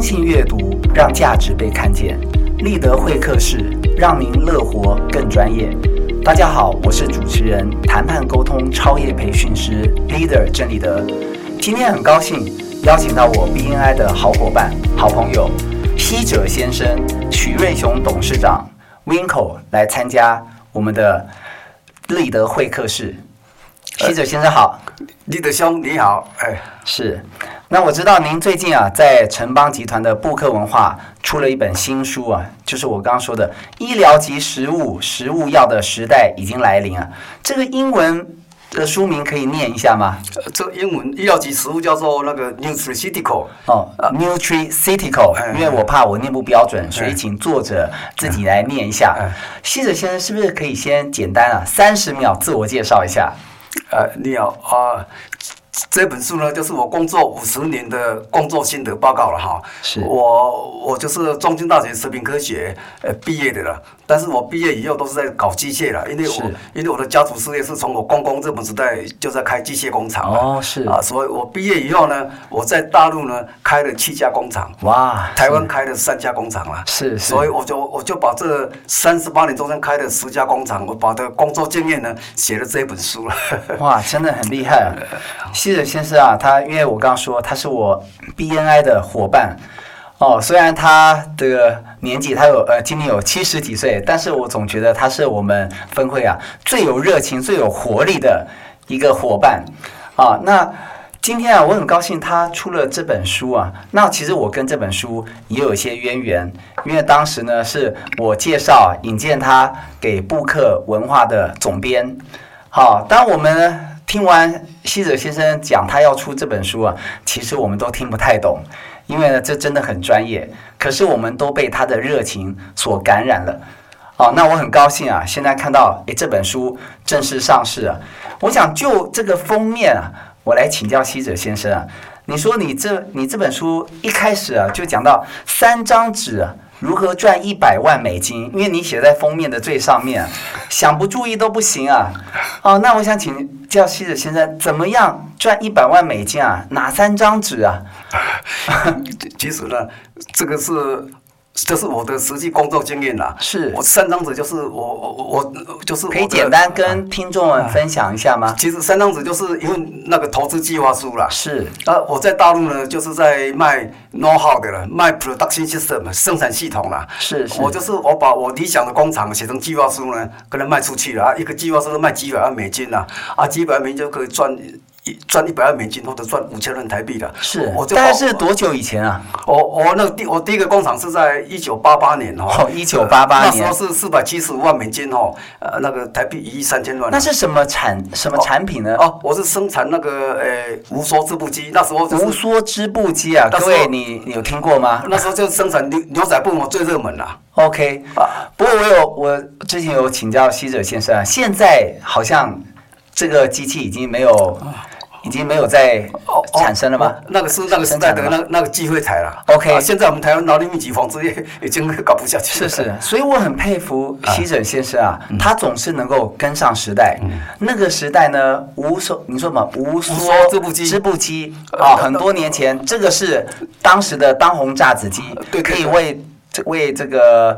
信阅读，让价值被看见。立德会客室，让您乐活更专业。大家好，我是主持人、谈判沟通超业培训师 Leader 郑立德。今天很高兴邀请到我 BNI 的好伙伴、好朋友西者先生许瑞雄董事长 Winco 来参加我们的立德会客室。西者先生好。立德兄你好，哎，是，那我知道您最近啊，在城邦集团的布克文化出了一本新书啊，就是我刚刚说的《医疗及食物食物药的时代已经来临》啊。这个英文的书名可以念一下吗？呃这个英文医药级食物叫做那个 nutraceutical，哦、n 呃 u t r i c e t i c a l 哎因为我怕我念不标准，所以哎请作者自己来念一下哎。西者先生是不是可以先简单啊，三十秒自我介绍一下？呃，你好啊、这本书呢，就是我工作五十年的工作心得报告了哈。是我我就是中兴大学食品科学呃毕业的了，但是我毕业以后都是在搞机械了，因为我是因为我的家族事业是从我公公这本时代就在开机械工厂了哦是啊，所以我毕业以后呢，我在大陆呢开了七家工厂，哇，台湾开了三家工厂了，是是所以我就我就把这三十八年中间开的十家工厂，我把这个工作经验呢写了这一本书了。 哇，真的很厉害啊！希尔先生啊，他因为我刚刚说他是我 BNI 的伙伴哦，虽然他这个年纪他有呃今年有七十几岁，但是我总觉得他是我们分会啊最有热情、最有活力的一个伙伴啊、那今天啊，我很高兴他出了这本书啊。那其实我跟这本书也有一些渊源，因为当时呢是我介绍引荐他给布克文化的总编。好，当我们听完西者先生讲他要出这本书啊，其实我们都听不太懂，因为呢这真的很专业，可是我们都被他的热情所感染了。哦，那我很高兴啊！现在看到，诶，这本书正式上市啊。我想就这个封面啊，我来请教西者先生啊。你说你这你这本书一开始啊，就讲到三张纸、啊、如何赚一百万美金，因为你写在封面的最上面啊，想不注意都不行啊。哦，那我想请教西者先生，怎么样赚一百万美金啊？哪三张纸啊？其实呢，这个是这是我的实际工作经验啦。是我三张纸就是我我我我就是我可以的啊简单跟听众们分享一下吗？其实三张纸就是因为那个投资计划书啦。是啊，我在大陆呢，就是在卖 know how 的了，卖 production system 生产系统啦。是是我哦就是我把我理想的工厂写成计划书呢，跟它卖出去了啊，一个计划书卖几百万美金啦，啊，几百万美金就可以赚一赚一百万美金或者赚五千万台币了。是我，就大概把是多久以前啊？我我那个第我第一个工厂是在一九八八年哦哦， 1988那年时候是四百七十五万美金哦，呃，那个台币一亿三千万。啊那是什么产什么产品呢？哦，我是生产那个呃无梭织布机，那时候就是无梭织布机啊，那各时候嗯位你你有听过吗那时候就生产牛牛仔布嘛，最热门啦。 ？OK，啊不过我有我之前有请教西者先生啊，现在好像这个机器已经没有哦已经没有在产生了吗？那个是那个时代的生产那那个机会台啦。 OK 啊现在我们台湾劳力密集纺织业 已经搞不下去是是，了。所以我很佩服西枕先生啊，嗯他总是能够跟上时代。那个时代呢，无所你说什么无梭梭织布机织布机呃啊，那很多年前，这个是当时的当红炸子鸡，对对可以对为这为这个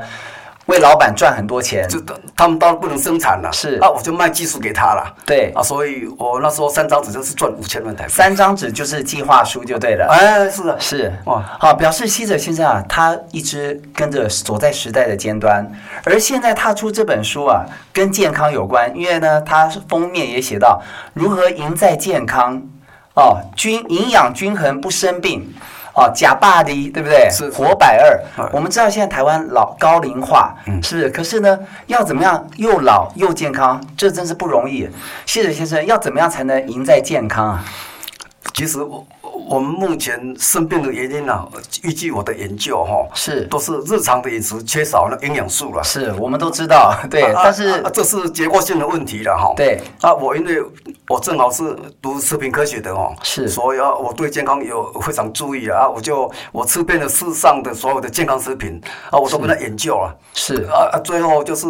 为老板赚很多钱。就他们当然不能生产了，是啊，我就卖技术给他了，对啊，所以我那时候三张纸就是赚五千万台币，三张纸就是计划书就对了。哎，是啊，是哇好，表示西者先生啊，他一直跟着走在时代的尖端，而现在踏出这本书啊，跟健康有关，因为呢，它封面也写到如何赢在健康哦，均营养均衡不生病哦，假霸的对不对？是活百二嗯。我们知道现在台湾老高龄化，是不是？可是呢，要怎么样又老又健康，这真是不容易。谢哲先生，要怎么样才能赢在健康啊？其实我我们目前生病的原因啊，依据我的研究哈、是都是日常的饮食缺少那营养素了。是我们都知道，对，啊但是啊啊这是结构性的问题了哈。对啊，我因为我正好是读食品科学的哦，是所以啊，我对健康有非常注意啊，我就我吃遍了世上的所有的健康食品啊，我都跟他研究了。是啊啊，最后就是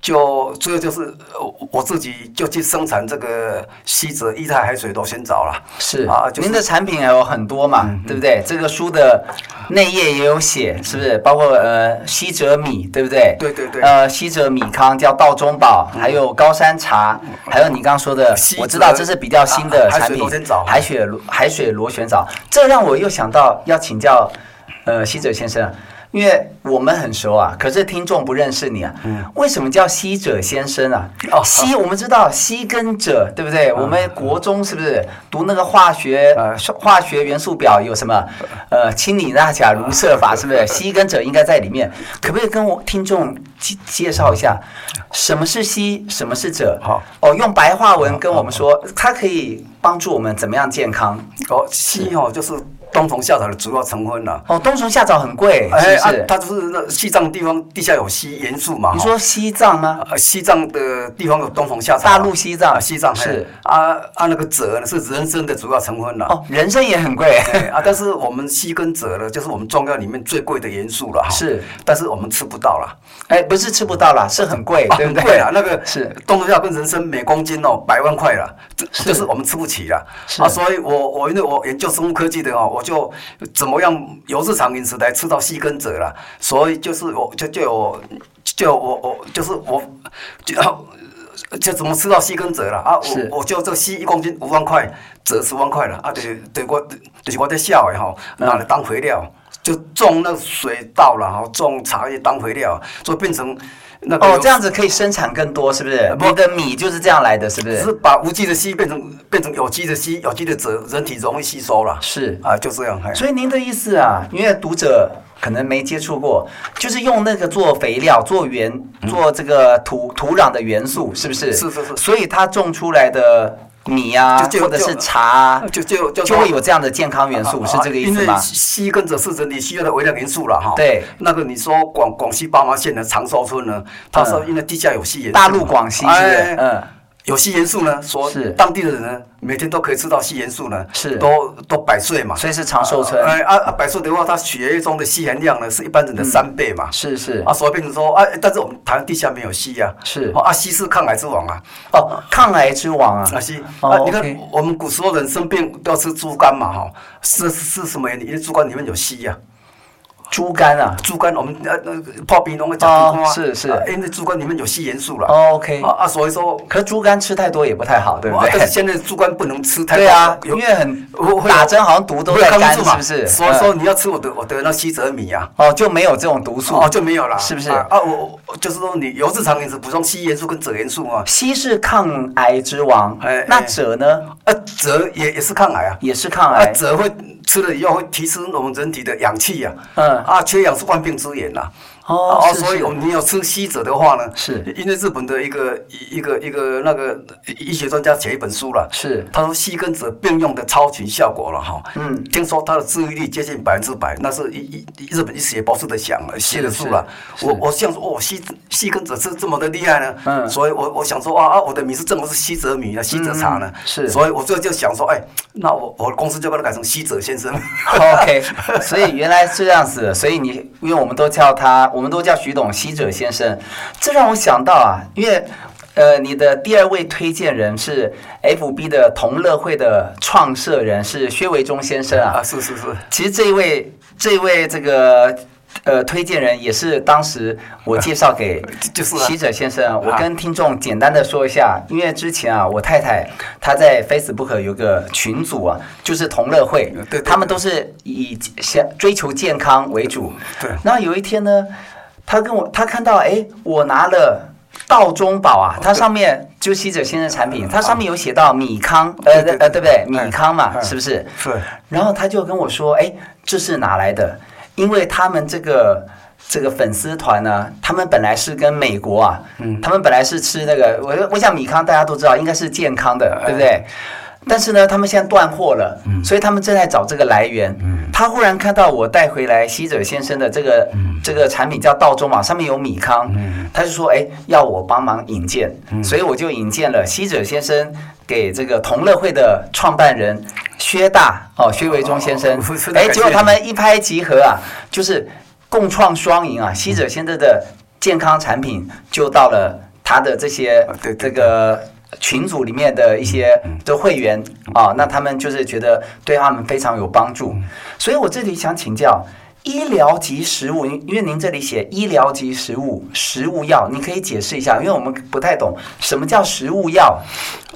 就最后就是呃我自己就去生产这个西泽液态海水螺旋藻了。是啊，就是嗯您的产品还有很多嘛，对不对？这个书的内页也有写，是不是？包括呃西哲米，对不对？对对对呃，西哲米糠叫道中宝，还有高山茶，还有你刚刚说的嗯西，我知泽道这是比较新的啊海产水品螺旋藻，海雪螺海水螺旋藻，这让我又想到要请教，呃，西者先生，因为我们很熟啊，可是听众不认识你啊，为什么叫西者先生啊？哦西我们知道西根者，对不对？我们国中是不是读那个化学呃化学元素表有什么？呃，氢锂钠钾卢铯法是不是？西根者应该在里面，可不可以跟我听众介介绍一下什么是西，什么是者？好哦，用白话文跟我们说，它可以帮助我们怎么样健康？哦，硒哦就是冬虫夏草的主要成分啦、哦，冬虫夏草很贵，哎是不啊是，？它就是那西藏地方地下有硒元素嘛。你哈说西藏吗？呃，西藏的地方有冬虫夏草啊，大陆西藏啊西藏嘿是啊啊，那个锗呢是人参的主要成分了。哦，人参也很贵，哎啊，但是我们硒跟锗呢，就是我们中药里面最贵的元素了哈。是，但是我们吃不到了，哎，不是吃不到啦，是很贵，啊对不对？很贵啊，那个是冬虫夏跟人参每公斤哦百万块了，这是就是我们吃不起了。是啊，所以我我因为我研究生物科技的哦，我就怎么样由日常饮食来吃到硒跟锗了，所以就是我就就有就有我我就是我就。就怎么吃到硒跟锗了啊？是我我就这硒一公斤五万块，锗十万块了啊！对对，我就是我在笑的吼，嗯拿来当肥料，就种那水稻了哈，种茶叶当肥料，就变成那个哦有，这样子可以生产更多，是不是？不你的米就是这样来的，是不只是是？把无机的硒变成变成有机的硒，有机的锗，人体容易吸收了是。啊，就这样。嘿所以您的意思啊，因为读者可能没接触过，就是用那个做肥料、做原、做这个土土壤的元素，是不是？嗯是是是所以它种出来的米啊，就就或者就是茶啊，就就就就会有这样的健康元素，啊是这个意因思为吗？硒跟着是人体需要的微量元素了哈。对，那个你说广广西巴马县的长寿村呢，它是因为地下有硒元素嘛，大陆广西是不是？哎嗯，有硒元素呢，说是当地的人呢，每天都可以吃到硒元素呢，是都都百岁嘛。所以是长寿村，哎啊，啊百岁的话，它血液中的硒含量呢嗯是一般人的三倍嘛。是是啊，所以变成说，啊，但是我们台湾地下没有硒呀、啊。是哦啊，硒是抗癌之王啊。哦，抗癌之王啊啊，硒哦啊，你看 OK 我们古时候人生病都要吃猪肝嘛，哈，是是是什么原理？因为猪肝里面有硒呀、猪肝啊猪肝我们呃那个泡冰都会讲猪肝啊哦是是啊因为猪肝里面有硒元素了。哦，OK 啊啊，所以说可是猪肝吃太多也不太好，对不哇但对是？现在猪肝不能吃太多对啊，因有为很会会打针好像毒都会有在抗肝，是生素嘛不是？所以说嗯你要吃我的我的那西泽米啊。哦就没有这种毒素哦，就没有了，是不是？啊，啊我我就是说，你由日常饮食补充硒元素跟锗元素啊，硒是抗癌之王哎，那哎锗呢啊，锗也也是抗癌啊，也是抗啊，癌，锗会吃了以后会提升我们人体的氧气啊，嗯啊，缺氧是万病之源呐、啊哦是所以是我们要吃西锗的话呢，是因为日本的一个一一个一个那个医学专家写一本书了，是他说西跟锗并用的超群效果了哈，嗯，听说他的治愈率接近百分之百，那是一一日本医学博士的想呃写的书了，是我我想说哦，西西跟锗是这么的厉害呢，嗯所以我我想说啊啊，我的名字正好是西泽米啊，西泽茶呢，嗯是所以我最后就想说，哎，那我我的公司就把它改成西泽先生。啊 OK，所 以原来是这样子的，所以你因为我们都叫他，我们都叫徐董西者先生，这让我想到啊，因为呃，你的第二位推荐人是 FB 的同乐会的创设人是薛维忠先生啊 啊，，是是是，其实这一位这一位这个。呃，推荐人也是当时我介绍给 就就是啊西者先生，我啊跟听众简单的说一下，因为之前啊，我太太她在 Facebook 有个群组啊，就是同乐会，对对对他们都是以想追求健康为主。对然后有一天呢，她跟我，她看到哎，我拿了。道中宝哦啊，它上面就西者先生产品，它上面有写到米糠，呃对对呃，对不对？对米嗯糠嘛，嗯是不是？是然后他就跟我说：“哎，这是哪来的？因为他们这个这个粉丝团呢，他们本来是跟美国啊，他们本来是吃那个，我我想米糠大家都知道应该是健康的，对不对？”但是呢，他们现在断货了，所以他们正在找这个来源。他忽然看到我带回来西者先生的这个、这个产品叫道中嘛，上面有米糠，他就说：“哎，要我帮忙引荐。所以我就引荐了西者先生给这个同乐会的创办人薛大哦，薛维忠先生哦非常。哎、感结果谢他们一拍即合啊，就是共创双赢啊。西者先生的健康产品就到了他的这些啊对对这个群组里面的一些呃的会员嗯啊，那他们就是觉得对他们非常有帮助。所以我这里想请教。医疗级食物，因因为您这里写医疗级食物、食物药，你可以解释一下，因为我们不太懂什么叫食物药。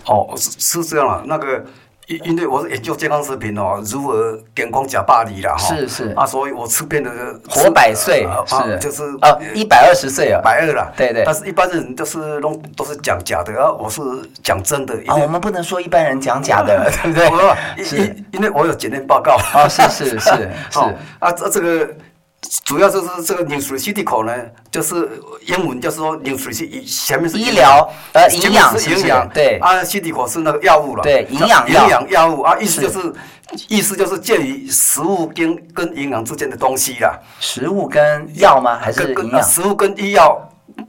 哦，是是这样啊，那个。因因为我是研究健康食品哦，如何健康假巴黎啦哈，是是啊，所以我吃遍了活百岁啊是就是啊，一百二十岁啊，百二啦，对对但是一般人都是弄都是讲假的啊，我是讲真的，因啊，为我们不能说一般人讲假 的，对不我对？因是因因为我有检验报告，哦是是是 是哦啊，这这个主要就是这个 nutraceutical 呢，就是英文就是说 nutraceutical 前面是医疗呃前营面养是是不是营养对啊 c e u t 是那个药物了，对营养药营养药物啊，意思是就是意思就是介于食物跟跟营养之间的东西啦，食物跟药吗？还是跟营跟、啊、养？食物跟医药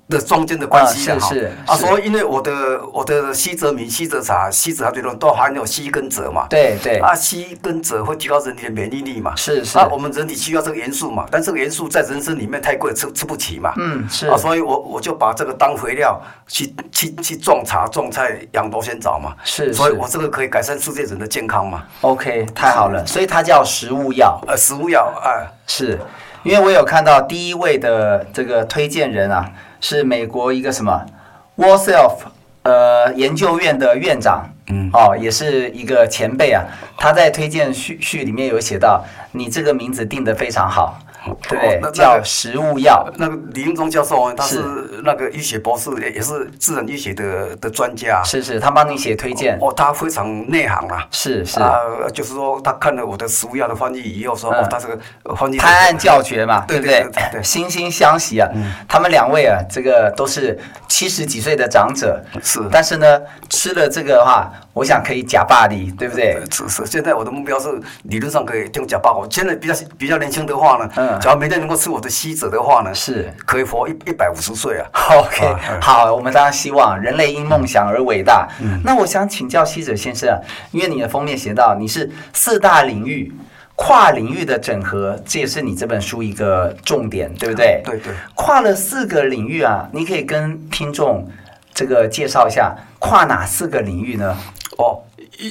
的中间的关系啦啊哈、是是啊，是所以因为我的我的西泽米、西泽茶、西泽茶这种都含有硒跟锗嘛，对对啊，硒跟锗会提高人体的免疫力嘛，是是啊，我们人体需要这个元素嘛，但这个元素在人参里面太贵，吃吃不起嘛，嗯是啊，所以我我就把这个当肥料去去去种茶、种菜、养螺旋藻嘛，是所以是我这个可以改善世界人的健康嘛， OK，太好了，所以它叫食物药。呃，食物药啊。是因为我有看到第一位的这个推荐人啊，是美国一个什么 w a r s e l f 呃研究院的院长，嗯，哦，也是一个前辈啊。他在推荐序序里面有写到，你这个名字定得非常好，对不对哦那那个叫食物药，那个李英忠教授啊，他是是那个医学博士，也也是自然医学的的专家。是是，他帮你写推荐，哦，他非常内行啊。是是，啊、就是说他看了我的食物药的翻译以后说，嗯哦，他这个呃翻译拍案叫绝嘛，对不对对对对嗯惺惺相惜啊，他们两位啊，这个都是七十几岁的长者，是但是呢，吃了这个的话，我想可以假霸力，对不对？呃是是，现在我的目标是理论上可以听假八我现在比较比较年轻的话呢，嗯只要每天能够吃我的西子的话呢，是。可以活一一百五十岁啊。 OK，、啊嗯好，我们当然希望人类因梦想而伟大。那我想请教西者先生啊，因为你的封面写到你是四大领域跨领域的整合，这也是你这本书一个重点，对不对？啊对对。跨了四个领域啊，你可以跟听众这个介绍一下跨哪四个领域呢？哦，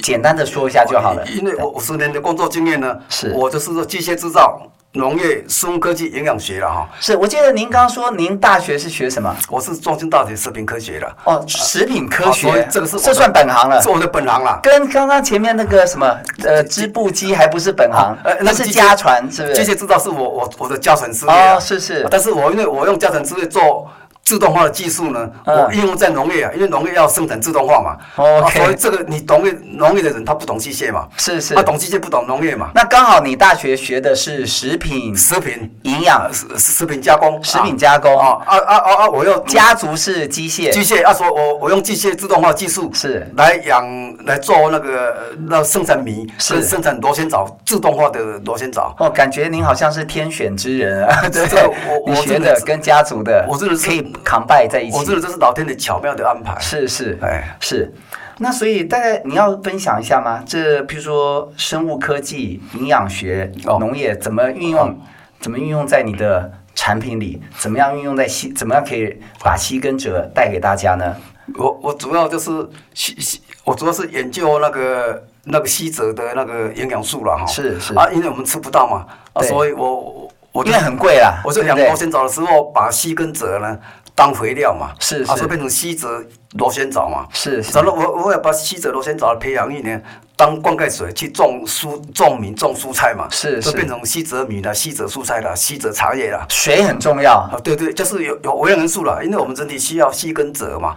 简单的说一下就好了。因为我五十年的工作经验呢，是我就是说机械制造、农业、生物科技、营养学了哈。是我记得您刚说您大学是学什么？我是中兴大学食品科学的，哦，食品科学，啊所以这个是我的这算本行了是。我的本行啦。跟刚刚前面那个什么呃织布机还不是本行，呃那个是机械家传，是不机是？械制造是我我我的家传事业啊哦是是但是我因为我用家传事业做自动化的技术呢，嗯我应用在农业啊，因为农业要生产自动化嘛。 OK 啊所以这个你农业农业的人他不懂机械嘛，是是他。懂机械不懂农业嘛，那刚好你大学学的是食品食品营养啊、食食食品加工、食品加工啊啊啊啊啊！我要家族是机械，机械啊，说我我用机械自动化技术是来养来做那个呃那生产米是跟生产螺旋藻自动化的螺旋藻。哦，感觉您好像是天选之人啊！对这个我你我学真的的是跟家族的，我真的是可以 combine 在一起。我真的这是老天的巧妙的安排。是是，哎是。那所以大概你要分享一下吗？这比如说生物科技、营养学、哦农业怎么运用，怎么运用在你的产品里？怎么样运用在西？怎么样可以把西跟哲带给大家呢？我我主要就是西西，我主要是研究那个那个西泽的那个营养素了哈。是是啊，因为我们吃不到嘛，啊，对所以我我我因就为很贵啦，我是对不养对螺旋藻的时候，把西跟泽呢当肥料嘛，是啊，是所以变成西泽螺旋藻嘛。是是然后我我也把西泽螺旋藻的培养液呢当灌溉水去种蔬、种米、种蔬菜嘛，是就是变成西泽米了、西泽蔬菜了、西泽茶叶了。水很重要，啊，对对，就是有有微量元素了，因为我们人体需要硒跟锗嘛，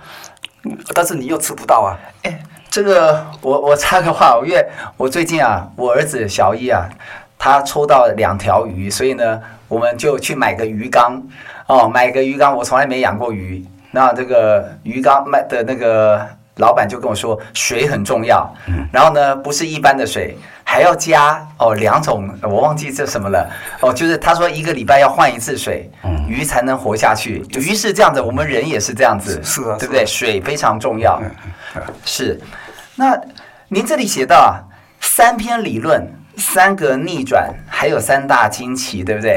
嗯但是你又吃不到啊。哎，这个我我插个话，因为我最近啊，我儿子小一啊，他抽到两条鱼，所以呢，我们就去买个鱼缸哦，买个鱼缸，我从来没养过鱼。那这个鱼缸卖的那个老板就跟我说，水很重要，嗯然后呢，不是一般的水，还要加哦两种，我忘记这什么了哦，就是他说一个礼拜要换一次水，嗯鱼才能活下去。鱼是这样子，我们人也是这样子，是啊对不是啊对？水非常重要。嗯，嗯是，那您这里写到啊，三篇理论，三个逆转，还有三大惊奇，对不 对？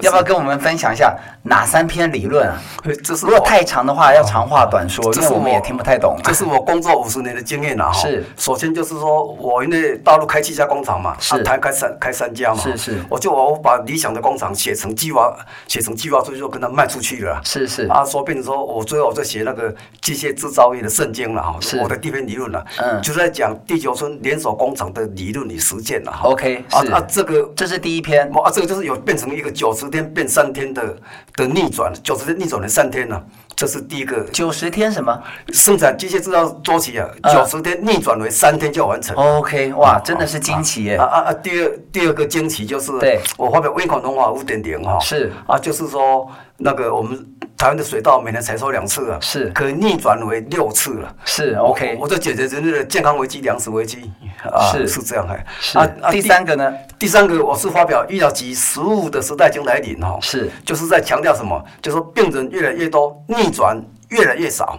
要不要跟我们分享一下哪三篇理论啊？这是如果我太长的话，要长话短说，这因是为我们也听不太懂。哦这是我工作五十年的经验了哈。是首先就是说我因为大陆开七家工厂嘛，是啊台湾开三开三家嘛，是是我就我把理想的工厂写成计划，写成计划书就跟它卖出去了。 是是啊，说变成说我最后我在写那个机械制造业的圣经了哈，是我的第一篇理论了，嗯就在讲地球村连锁工厂的理论与实践了哈。 OK，啊是啊，这个这是第一篇，啊，这个就是有变成一个九十天变三天的的逆转，九十天逆转了三天呢、这是第一个九十天什么生产机械制造周期啊，嗯九十天逆转为三天就完成。 ？OK，哇，真的是惊奇耶啊！啊啊！第二第二个惊奇就是，对我发表微款动画五点零哈，是啊，就是说那个我们台湾的水稻每年采收两次啊，是可以逆转为六次了。是 OK，我我就解决人类的健康危机、粮食危机啊，是是这样哎。是啊第三个呢？第三个我是发表医疗及食物的时代经来临哈，是就是在强调什么？就是说病人越来越多，逆转越来越少。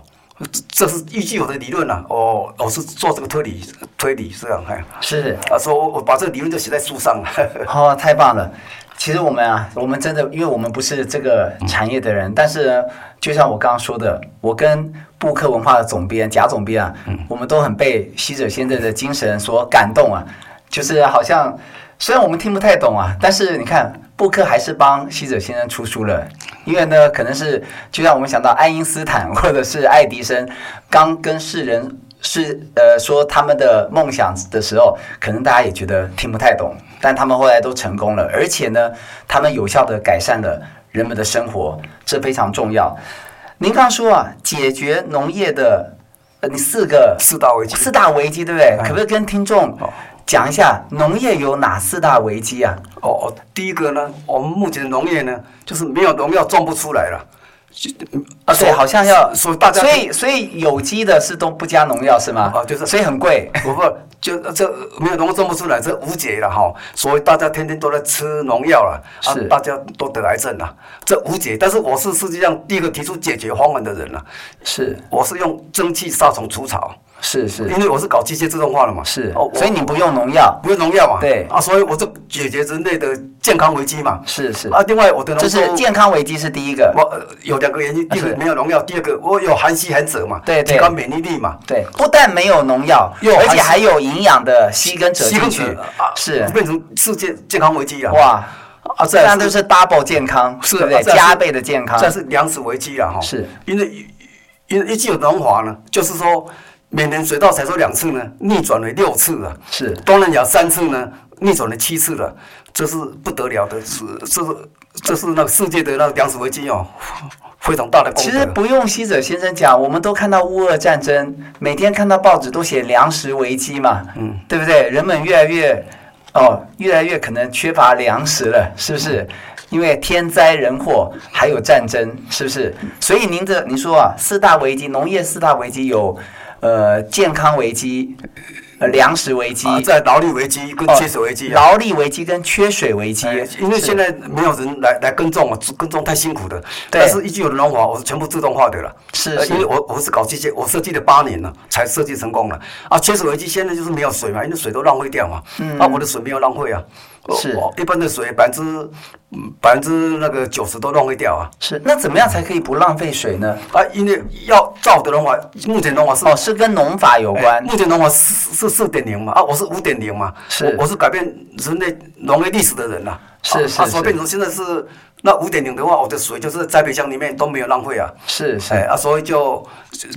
这这是依据我的理论啊，我我是做这个推理推理是这样哎。是啊，所以我我把这个理论就写在书 上了。 哦，太棒了！其实我们啊，我们真的，因为我们不是这个产业的人，但是呢就像我刚刚说的，我跟布克文化的总编贾总编啊，我们都很被西者先生的精神所感动啊，就是好像虽然我们听不太懂啊，但是你看布克还是帮西者先生出书了，因为呢，可能是就让我们想到爱因斯坦或者是爱迪生刚跟世人。是呃，说他们的梦想的时候，可能大家也觉得听不太懂，但他们后来都成功了，而且呢，他们有效的改善了人们的生活，这非常重要。您刚说啊，解决农业的呃，你四个四大危机，嗯四大危机，对不对？可不可以跟听众讲一下农业有哪四大危机啊？哦，哦第一个呢，我们目前的农业呢，就是没有农药种不出来了。啊，对，所好像要，所以大家所以所以有机的是都不加农药是吗？哦就是所以很贵。 不不，就这没有农药种不出来，这无解了哈。所以大家天天都在吃农药了，啊是，大家都得癌症了，这无解。但是我是世界上第一个提出解决方案的人了，是我是用蒸汽杀虫除草，是是因为我是搞机械自动化的嘛。是哦，，所以你不用农药。不用农药嘛。对啊，所以我就解决人类的健康危机嘛。是是啊，另外我的这农是作物健康危机是第一个我，呃有两个原因，第一是个没有农药，第二个我有含硒含锗嘛，对对提高免疫力嘛。对，不但没有农药，又而还且是还有营养的吸跟者吸进入去者啊，是变成世界健康危机了。哇，啊，这再来样都是 double 健康，是对不对？啊这样是加倍的健康，这是粮食危机了哈。是，因为因为一季有农华呢，就是说每年水稻采收两次呢，逆转了六次啊。是东南亚三次呢，逆转了七次了，这是不得了的，是这是这是那个世界的那个粮食危机哦，非常大的功其德。实不用西者先生讲，我们都看到乌俄战争，每天看到报纸都写粮食危机嘛，嗯，对不对？人们越来越哦，越来越可能缺乏粮食了，是不是？因为天灾人祸还有战争，是不是？所以您这您说啊，四大危机，农业四大危机有呃健康危机、呃粮食危机、啊，在劳力危机跟哦缺水危机啊。劳力危机跟缺水危机，哎因为是现在没有人来来耕种啊，耕种太辛苦了。对但是一句有的农华，我是全部自动化的了。是呃是因为我我是搞机械，我设计了八年了，才设计成功了。啊，缺水危机现在就是没有水嘛，因为水都浪费掉嘛。嗯。啊，我的水没有浪费啊。我是我一般的水百分之嗯百分之那个九十都浪费掉啊。是那怎么样才可以不浪费水呢？啊，因为要造的农华，目前农华是哦，是跟农法有关，目前农华是是四点零嘛，啊，我是五点零嘛，是我我是改变人类农业历史的人呐、啊，是是啊，所是以变成现在是那五点零的话，我的水就是栽培箱里面都没有浪费啊，是是。哎啊，所以就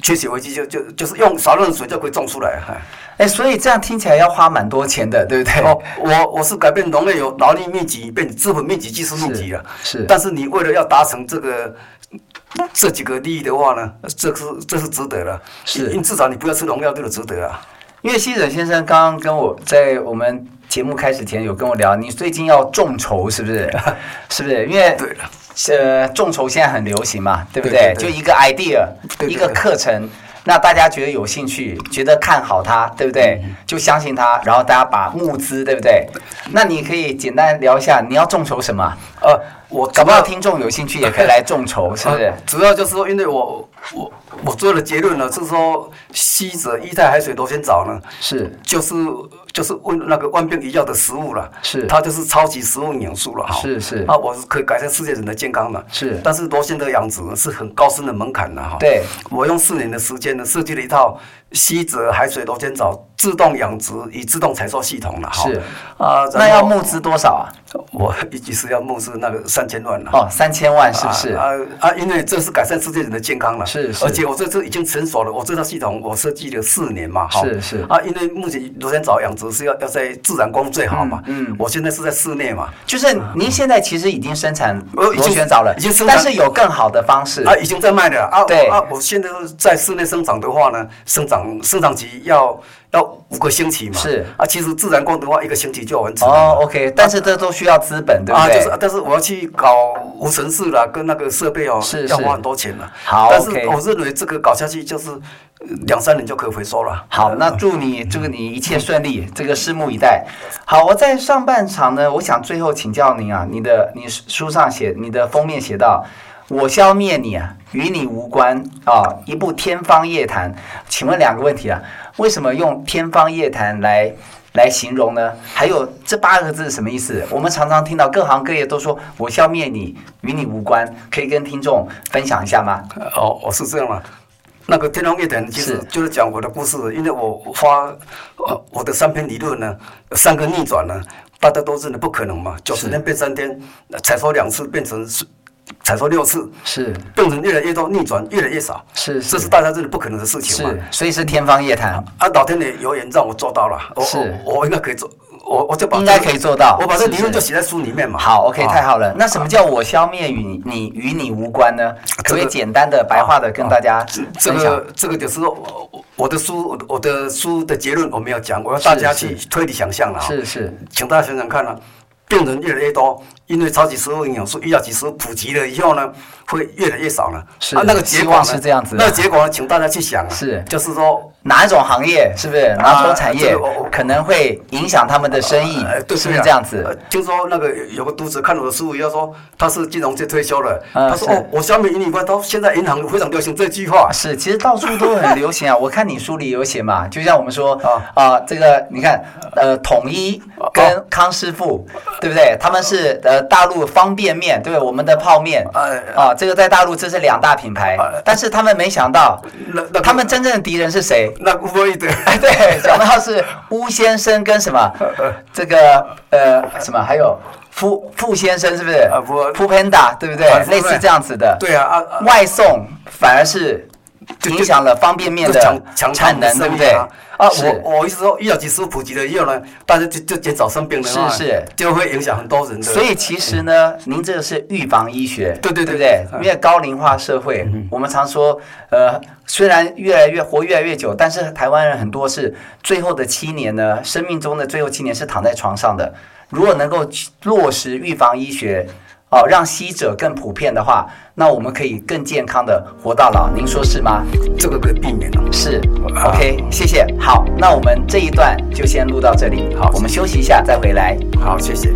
缺水危机就就就是用少量的水就可以种出来，哎，哎，所以这样听起来要花蛮多钱的，对不对？ 哦，我我是改变农业有劳力密集变资本密集、技术密集了，是是但是你为了要达成这个。这几个利益的话呢，这是这是值得的，是因至少你不要吃农药，这个值得啊。因为西者先生刚刚跟我在我们节目开始前有跟我聊，你最近要众筹是不 是？是不是？因为对了，呃，众筹现在很流行嘛，对不对对对就一个 idea，对对一个课程。那大家觉得有兴趣，觉得看好它，对不对？嗯就相信它，然后大家把募资，对不对？那你可以简单聊一下，你要众筹什么？呃，我搞不好听众有兴趣也可以来众筹，是不 是呃？主要就是说，因为我我我做的结论呢是说，西者一代海水螺旋藻呢，是就是就是问那个万病一药的食物了，是它就是超级食物营素了哈，是是啊，我是可以改善世界人的健康的，是但是螺旋的养殖是很高深的门槛的哈，对，我用四年的时间呢设计了一套西泽海水螺旋藻自动养殖与自动采收系统了哈，是啊，那然要后募资多少啊？我一级是要募资那个三千万了。哦，三千万是不是？啊啊啊因为这是改善世界人的健康了，是是而且我这次已经成熟了，我这套系统我设计了四年嘛，哈是是啊，因为目前螺旋藻养殖是要要在自然光最好嘛，嗯嗯我现在是在室内嘛，就是您现在其实已经生产我呃已螺经旋藻了已经，生产但是有更好的方式啊，已经在卖了啊，对啊，我现在在室内生长的话呢，生长生长期要要五个星期嘛，是啊，其实自然光的话一个星期就完成了嘛哦，OK，但是这都需要资本，对不啊，就对是？，但是我要去搞无尘室啦，跟那个设备哦，是要是花很多钱了。好但是 OK 我认为这个搞下去就是呃两三年就可以回收了。好，那祝你祝你一切顺利，这个拭目以待。好，我在上半场呢，我想最后请教您啊，你的你书上写你的封面写到。我消灭你啊，与你无关啊！一部天方夜谭。请问两个问题啊，为什么用天方夜谭来来形容呢？还有这八个字什么意思？我们常常听到各行各业都说“我消灭你，与你无关”，可以跟听众分享一下吗？呃哦，我是这样了。那个天龙夜谭其实是就是讲我的故事，因为我花呃我的三篇理论呢，三个逆转呢，大家都认为不可能嘛，九十是天变三天，采收两次变成是采收六次，是变成越来越多逆转越来越少，是这是大家认为不可能的事情嘛是。，所以是天方夜谭。啊，老天爷有眼让我做到了，我是我我应该可以做，我我就把应该可以做到我把这是不理论是就写在书里面嘛。好，OK，啊太好了。那什么叫我消灭与你你与你无关呢？可不可以这个啊简单的、白话的跟大家这分享？个这个就是我我我的书我的我的书的结论我没有讲，我要大家是去推理想象了啊。是是请大家想想看啊，病人越来越多，因为超级食物营养素、医疗级食物普及了以后呢，会越来越少了。是啊，那个结希果望呢是这样子那个结果呢，请大家去想啊。是就是说哪种行业是不是哪种产啊这业个我我可能会影响他们的生意呃，？对，是不是这样子？呃听说那个有有个读者看我的书，要说他是金融界退休了，嗯他说是哦，我消灭银领官，他说现在银行非常流行这句话。是，其实到处都很流行啊。 我看你书里有写嘛，就像我们说啊啊、这个你看，呃，统一跟康师傅，对不对？他们是呃大陆方便面，对不对我们的泡面啊、哎这个在大陆这是两大品牌，哎但是他们没想到那那，个他们真正的敌人是谁？ 那不会的，哎，对，想到是巫先生跟 什么，呃这个呃什么，还有傅傅先生是不是？啊不傅 Panda 对不对啊？傅类似 Panda 这样子的。对啊啊啊外送反而是就影响了方便面就强的强产能，对不对？啊，啊是我我意思说，医疗技术普及了以后呢，大家就就减少生病了嘛，是是就会影响很多人的。所以其实呢，您这个是预防医学，对对对对不对？嗯因为高龄化社会，我们常说，呃，虽然越来越活越来越久，但是台湾人很多是最后的七年呢，生命中的最后七年是躺在床上的。如果能够去落实预防医学，哦，让吸者更普遍的话，那我们可以更健康的活到老，您说是吗？这个可以避免啊是，OK，谢谢。好，那我们这一段就先录到这里，好我们休息一下再回来。好，谢谢。